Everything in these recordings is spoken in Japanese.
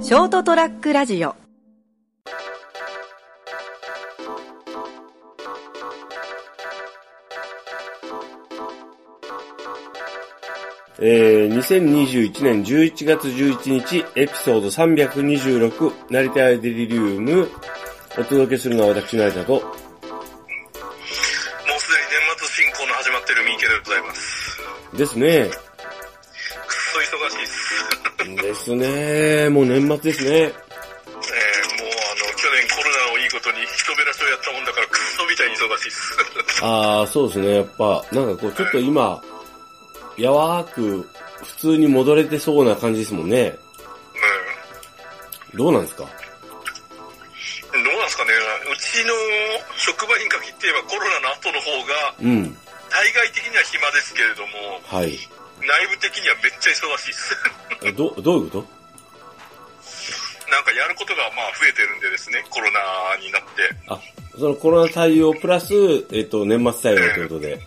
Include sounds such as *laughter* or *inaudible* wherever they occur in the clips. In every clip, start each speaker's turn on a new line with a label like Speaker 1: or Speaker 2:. Speaker 1: ショートトラックラジオ
Speaker 2: えー、2021年11月11日、エピソード326、成田アイデリリウム、お届けするのは私、成田と、
Speaker 3: もうすでに年末進行の始まってる三池でございます。
Speaker 2: ですね。
Speaker 3: くっそ忙しいです。
Speaker 2: ですね。もう年末ですね。
Speaker 3: えー、もうあの、去年コロナをいいことに人減らしをやったもんだからくっそみたいに忙しいです。
Speaker 2: あー、そうですね。やっぱ、なんかこう、ちょっと今、やわーく、普通に戻れてそうな感じですもんね。
Speaker 3: う
Speaker 2: どうなんですか
Speaker 3: ん。どうなんすかね、うちの職場に限って言えばコロナの後の方が、
Speaker 2: うん。
Speaker 3: 対外的には暇ですけれども、
Speaker 2: はい。
Speaker 3: 内部的にはめっちゃ忙しいです。 *laughs*
Speaker 2: えど、どういうこ
Speaker 3: なんかやることがまあ増えてるんでですね、コロナになって。
Speaker 2: とあ、そのコロナ対応プラス、えっ、と、年末対応ということで。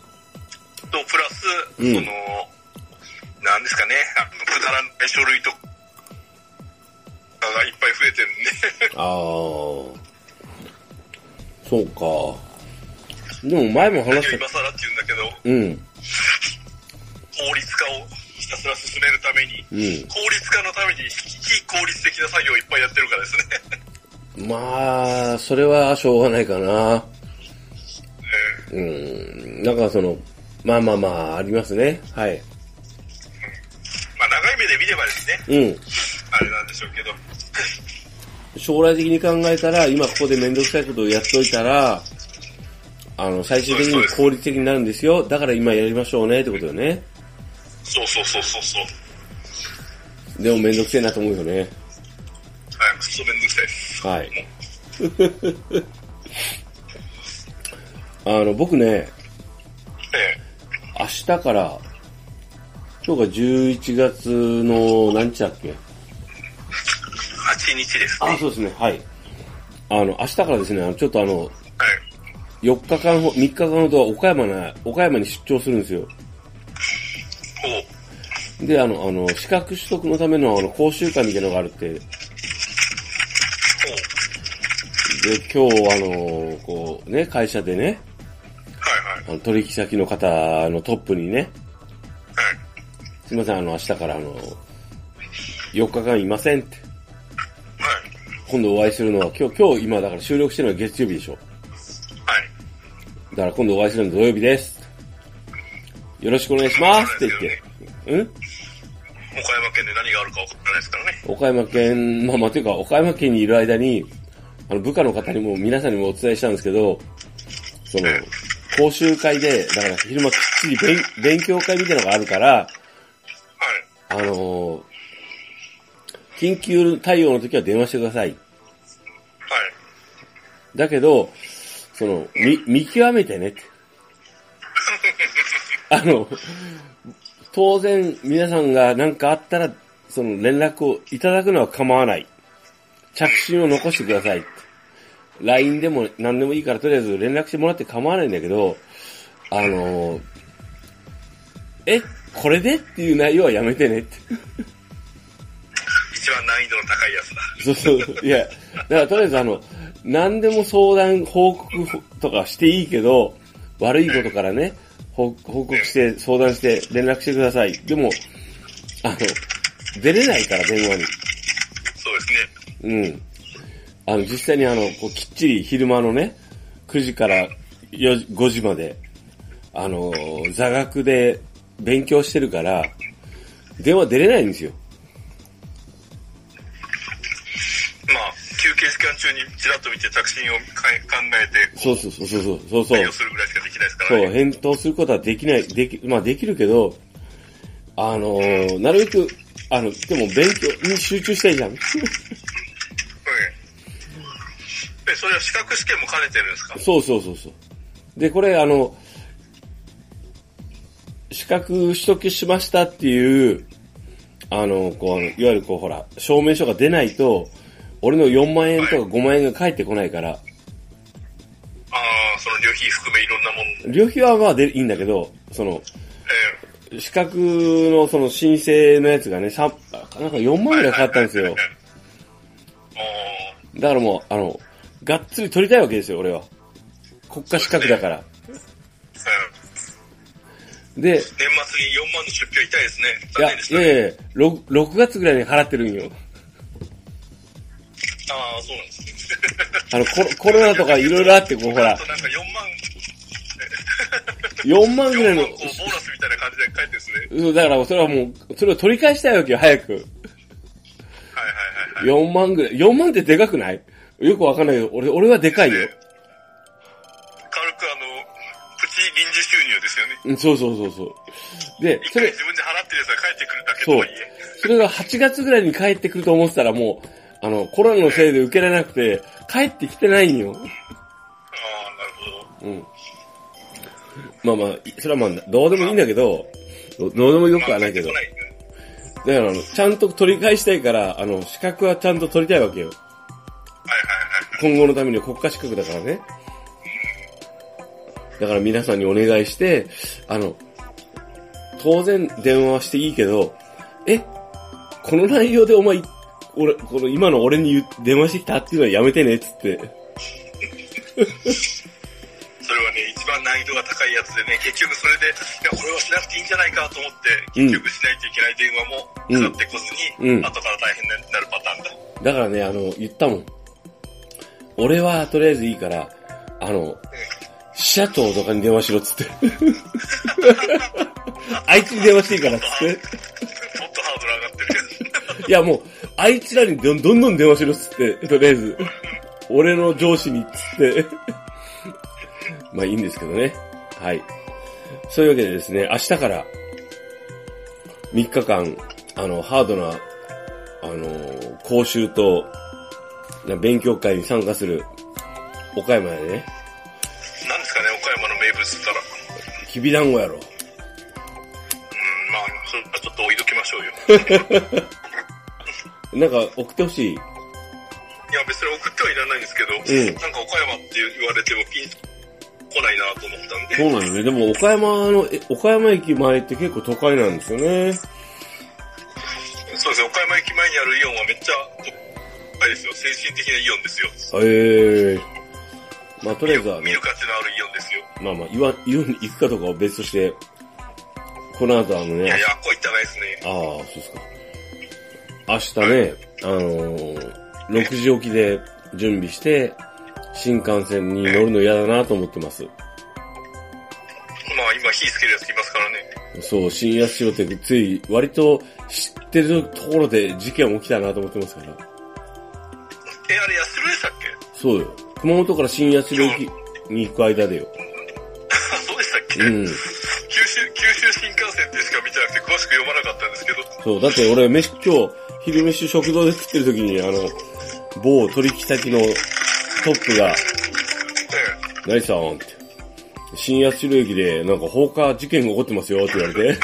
Speaker 3: と、プラス、
Speaker 2: うん
Speaker 3: その、なんですかね、あのくだらない書類とかがいっぱい増えてるんで、
Speaker 2: あー。そうか。でも前も話し
Speaker 3: 今
Speaker 2: た。
Speaker 3: 更って言うんだけど、
Speaker 2: うん。
Speaker 3: 効率化をひたすら進めるために、
Speaker 2: うん
Speaker 3: 効率化のために非効率的な作業をいっぱいやってるからですね。
Speaker 2: まあ、それはしょうがないかな。
Speaker 3: えー
Speaker 2: うん。なんかその、まあまあまあ、ありますね。はい。
Speaker 3: まあ長い目で見ればですね、
Speaker 2: うん。
Speaker 3: あれなんでしょうけど、
Speaker 2: 将来的に考えたら、今ここでめんどくさいことをやっといたら、あの、最終的に効率的になるんですよ。だから今やりましょうね、ってことよね。
Speaker 3: そうそうそうそうそう。
Speaker 2: でもめんどくせえなと思うよね。
Speaker 3: はい、くっそめんどくさいで
Speaker 2: *laughs*
Speaker 3: す。
Speaker 2: はい。あの、僕ね、
Speaker 3: え
Speaker 2: 明日から、今日が11月の何日だっけ
Speaker 3: ー、8日ですね。は
Speaker 2: あ、
Speaker 3: い。
Speaker 2: そうですね、はい。あの、明日からですね、あのちょっとあの、4日間ほ、3日間ほど岡山な、岡山に出張するんですよ。
Speaker 3: おう
Speaker 2: で、あの、あの、資格取得のための、あの、講習会みたいなのがあるって、で、
Speaker 3: おう
Speaker 2: 今日、あの、こう、ね、会社でね、
Speaker 3: はいはい。
Speaker 2: あの、取引先の方のトップにね、
Speaker 3: はい。
Speaker 2: すいません、あの、明日からあの、4日間いませんって。
Speaker 3: はい。
Speaker 2: 今度お会いするのは、今日、今日、今だから収録してるのは月曜日でしょ。
Speaker 3: はい。
Speaker 2: だから今度お会いするのは土曜日です。よろしくお願いしますって言って。うん
Speaker 3: 岡山県で何があるか分からないですからね。
Speaker 2: 岡山県、まあまあというか、岡山県にいる間に、あの、部下の方にも皆さんにもお伝えしたんですけど、その、講習会で、だから昼間きっちり勉勉強会みたいなのがあるから、
Speaker 3: はい。
Speaker 2: あのー緊急対応の時は電話してください。
Speaker 3: はい。
Speaker 2: だけど、その、見、見極めてねって。あの、当然皆さんが何かあったら、その連絡をいただくのは構わない。着信を残してくださいって。LINE でも何でもいいからとりあえず連絡してもらって構わないんだけど、あの、え、これでっていう内容はやめてねって。
Speaker 3: 一番難易度の高いやつだ。
Speaker 2: *laughs* そうそう。いや、だからとりあえずあの、何でも相談、報告とかしていいけど、悪いことからね、報報告して、相談して、連絡してください。でも、あの、出れないから、電話に。
Speaker 3: そうですね。
Speaker 2: うん。あの、実際にあの、こうきっちり昼間のね、9時から4時5時まで、あの、座学で勉強してるから、電話出れないんですよ。
Speaker 3: まあ、休憩時間中にちらっと見て着信をかえ考えて、
Speaker 2: そうそうそうそうそうそう
Speaker 3: 対。応するぐらいしかできないですから
Speaker 2: そう、
Speaker 3: ね。
Speaker 2: 返答することはできない、でき、まあできるけど、あのーなるべく、あの、でも勉強に集中したいじゃん。
Speaker 3: うん。え、それは資格試験も兼ねてるんですか
Speaker 2: そうそうそうそう。で、これあの、資格取得しましたっていう、あの、こう、いわゆるこう、ほら、証明書が出ないと、俺の4万円とか5万円が返ってこないから、
Speaker 3: ああ、その旅費含めいろんなもん。え
Speaker 2: 旅費はまあでいいんだけど、その、
Speaker 3: え
Speaker 2: 資格のその申請のやつがね、さなんか4万円ぐらいかかったんですよ。だからもう、あの、がっつり取りたいわけですよ、俺は。国家資格だから。で、
Speaker 3: 年末に4万の出費は痛いですね。
Speaker 2: い
Speaker 3: 残
Speaker 2: や、
Speaker 3: 念でし
Speaker 2: い
Speaker 3: たね。
Speaker 2: やいや、6, 6月ぐらいに払ってるんよ。
Speaker 3: ああ、そうなんですね。
Speaker 2: あの、コロコロナとかいろいろあって、こう、ほ
Speaker 3: あ
Speaker 2: ら
Speaker 3: と、なんか4万、
Speaker 2: 4万ぐらい
Speaker 3: 4
Speaker 2: の
Speaker 3: 万、こう、ボーナスみたいな感じで書いてですね。
Speaker 2: うんだからそれはもう、それを取り返したいわけよ、早く。
Speaker 3: はいはいはいはい。
Speaker 2: 4万ぐらい。4万ってでかくないよくわかんないけど、俺、俺はでかいよ
Speaker 3: ね。軽くあの、プチ臨時収入ですよね。
Speaker 2: うん、そうそうそうそう。で、
Speaker 3: 一
Speaker 2: そ
Speaker 3: 回
Speaker 2: れ
Speaker 3: 自、分で払ってるやつが帰ってくるだけと
Speaker 2: そ
Speaker 3: は
Speaker 2: う
Speaker 3: いえ。。
Speaker 2: それが8月ぐらいに帰ってくると思ってたらもう、あの、コロナのせいで受けられなくて、帰ってきてないんよ。
Speaker 3: ああ、なるほど。
Speaker 2: うん。まあまあ、それはまあ、どうでもいいんだけど、どどうでもよくはないけど。
Speaker 3: ま
Speaker 2: だ
Speaker 3: あ
Speaker 2: か
Speaker 3: 帰ってこない
Speaker 2: らあの、ちゃんと取り返したいから、あの、資格はちゃんと取りたいわけよ。
Speaker 3: はいはいはい。
Speaker 2: 今後のためには国家資格だからね。だから皆さんにお願いして、あの、当然電話はしていいけど、え、この内容でお前、俺、この今の俺に言う電話してきたっていうのはやめてね、つって。
Speaker 3: それはね、一番難易度が高いやつでね、結局それで、いや、これはしなくていいんじゃないかと思って、
Speaker 2: うん
Speaker 3: 結局しないといけない電話も
Speaker 2: うん
Speaker 3: かかってこ
Speaker 2: う
Speaker 3: ずに、
Speaker 2: ん
Speaker 3: 後から大変になるパターンだ。
Speaker 2: だからね、あの、言ったもん。俺はとりあえずいいから、あの、支社長とかに電話しろ、つって。あいつに電話していいから、つって。
Speaker 3: もっとハードル上がってるけど。 *laughs*
Speaker 2: いやもう、あいつらにどんどんどん電話しろっつって、とりあえず。俺の上司にっつって。 *laughs* まあいいんですけどね。はい。そういうわけでですね、明日から3日間、あの、ハードな、あの、講習と、な勉強会に参加する、岡山でね、
Speaker 3: なんですかね、岡山の名物ったら。う
Speaker 2: きびだんごやろう。
Speaker 3: ん、まあ、それはちょっと置いときましょうよ。
Speaker 2: *laughs* なんか送ってほしい。
Speaker 3: いや、別に送ってはいらないんですけど、
Speaker 2: ん
Speaker 3: なんか岡山って言われてもピン来ないなと思ったんで。
Speaker 2: そうなのね。でも岡山の、え岡山駅前って結構都会なんですよね。
Speaker 3: そうですね、岡山駅前にあるイオンはめっちゃ、あれですよ、精神的なイオンですよ。
Speaker 2: へえまあ、とりあえずは
Speaker 3: 見
Speaker 2: ね
Speaker 3: る、価値のあるイオンですよ。
Speaker 2: まあまあ、言わ、言うに行くかどうかは別として、この後あの
Speaker 3: い
Speaker 2: ね
Speaker 3: やい、や、こういったないですね。
Speaker 2: ああ、そうですか。明日ね、あのー、6時起きで準備して、新幹線に乗るの嫌だなと思ってます。
Speaker 3: まあ今火つけるやついますからね。
Speaker 2: そう、新安城ってつい、割と知ってるところで事件起きたなと思ってますから。
Speaker 3: え、あれ安室でしたっけ *laughs*
Speaker 2: そうよ。熊本から新安城駅に行く間でよ。
Speaker 3: あ、そうでしたっけ、
Speaker 2: うん。
Speaker 3: 九州、九州新幹線ってしか見てなくて詳しく読まなかったんですけど。 *laughs*
Speaker 2: そう、だって俺、飯、今日、昼飯食堂で食ってる時に、あの、某取引先のトップが、
Speaker 3: え
Speaker 2: 何さんって、新八代駅で、なんか放火事件が起こってますよって言われて、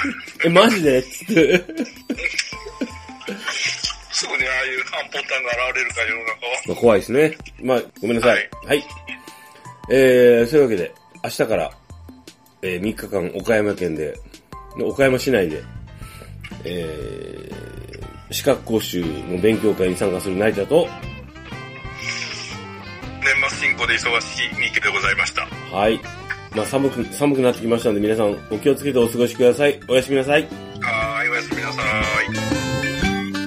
Speaker 2: *laughs* え、マジでっつって。
Speaker 3: え、すぐね、ああいうアンポンタンが現れるから世の中は。
Speaker 2: まあ、怖いですね。まあ、ごめんなさい。はい。えー、そういうわけで、明日から、えー、3日間岡山県で、の岡山市内で、えー、資格講習の勉強会に参加する成田と、
Speaker 3: 年末進行で忙しいミキでございました。
Speaker 2: はい。まあ寒く、寒くなってきましたんで皆さんお気をつけてお過ごしください。おやすみなさい。
Speaker 3: はーい、おやすみなさーい。